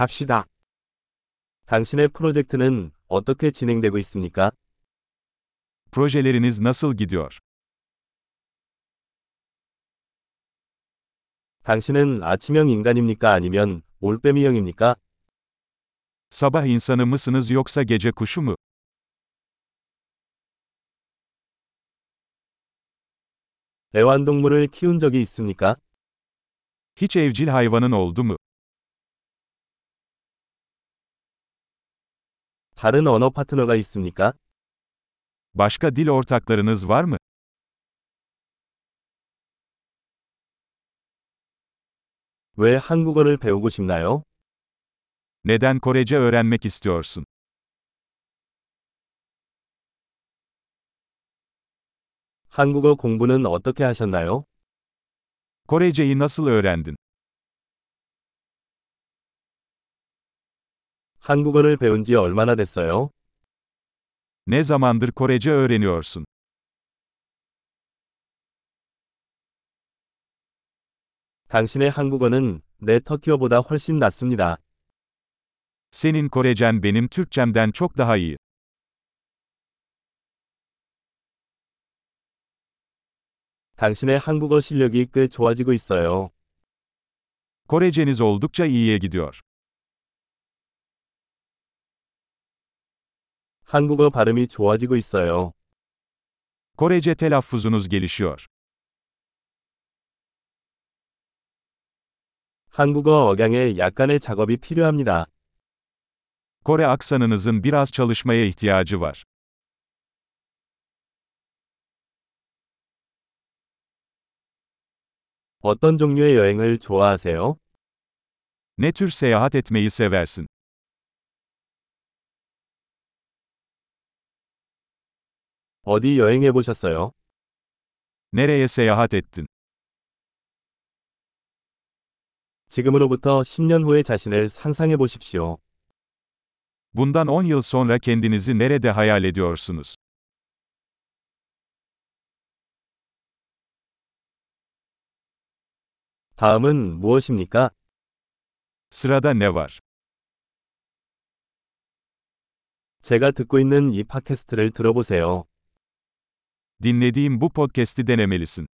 갑시다. 당신의 프로젝트는 어떻게 진행되고 있습니까? Projeleriniz nasıl gidiyor? 당신은 아침형 인간입니까? 아니면 올빼미형입니까? Sabah insanı mısınız yoksa gece kuşu mu? 애완동물을 키운 적이 있습니까? Hiç evcil hayvanın oldu mu? 다른 언어 파트너가 있습니까? Başka dil ortaklarınız var mı? 왜 한국어를 배우고 싶나요? Neden Korece öğrenmek istiyorsun? 한국어 공부는 어떻게 하셨나요? Koreceyi nasıl öğrendin? 한국어를 배운 지 얼마나 됐어요? Ne zamandır Korece öğreniyorsun? 당신의 한국어는 내 터키어보다 훨씬 낫습니다. Senin Korecen benim Türkçemden çok daha iyi. 당신의 한국어 실력이 꽤 좋아지고 있어요. Koreceniz oldukça iyiye gidiyor. 한국어 발음이 좋아지고 있어요. Korece telaffuzunuz gelişiyor. 한국어 억양에 약간의 작업이 필요합니다. Kore aksanınızın biraz çalışmaya ihtiyacı var. 어떤 종류의 여행을 좋아하세요? Ne tür seyahat etmeyi seversin? 어디 여행해 보셨어요? Nereye seyahat ettin? 지금으로부터 10년 후의 자신을 상상해 보십시오. Bundan 10 yıl sonra kendinizi nerede hayal ediyorsunuz? 다음은 무엇입니까? Sırada ne var? 제가 듣고 있는 이 팟캐스트를 들어보세요. Dinlediğim bu podcast'i denemelisin.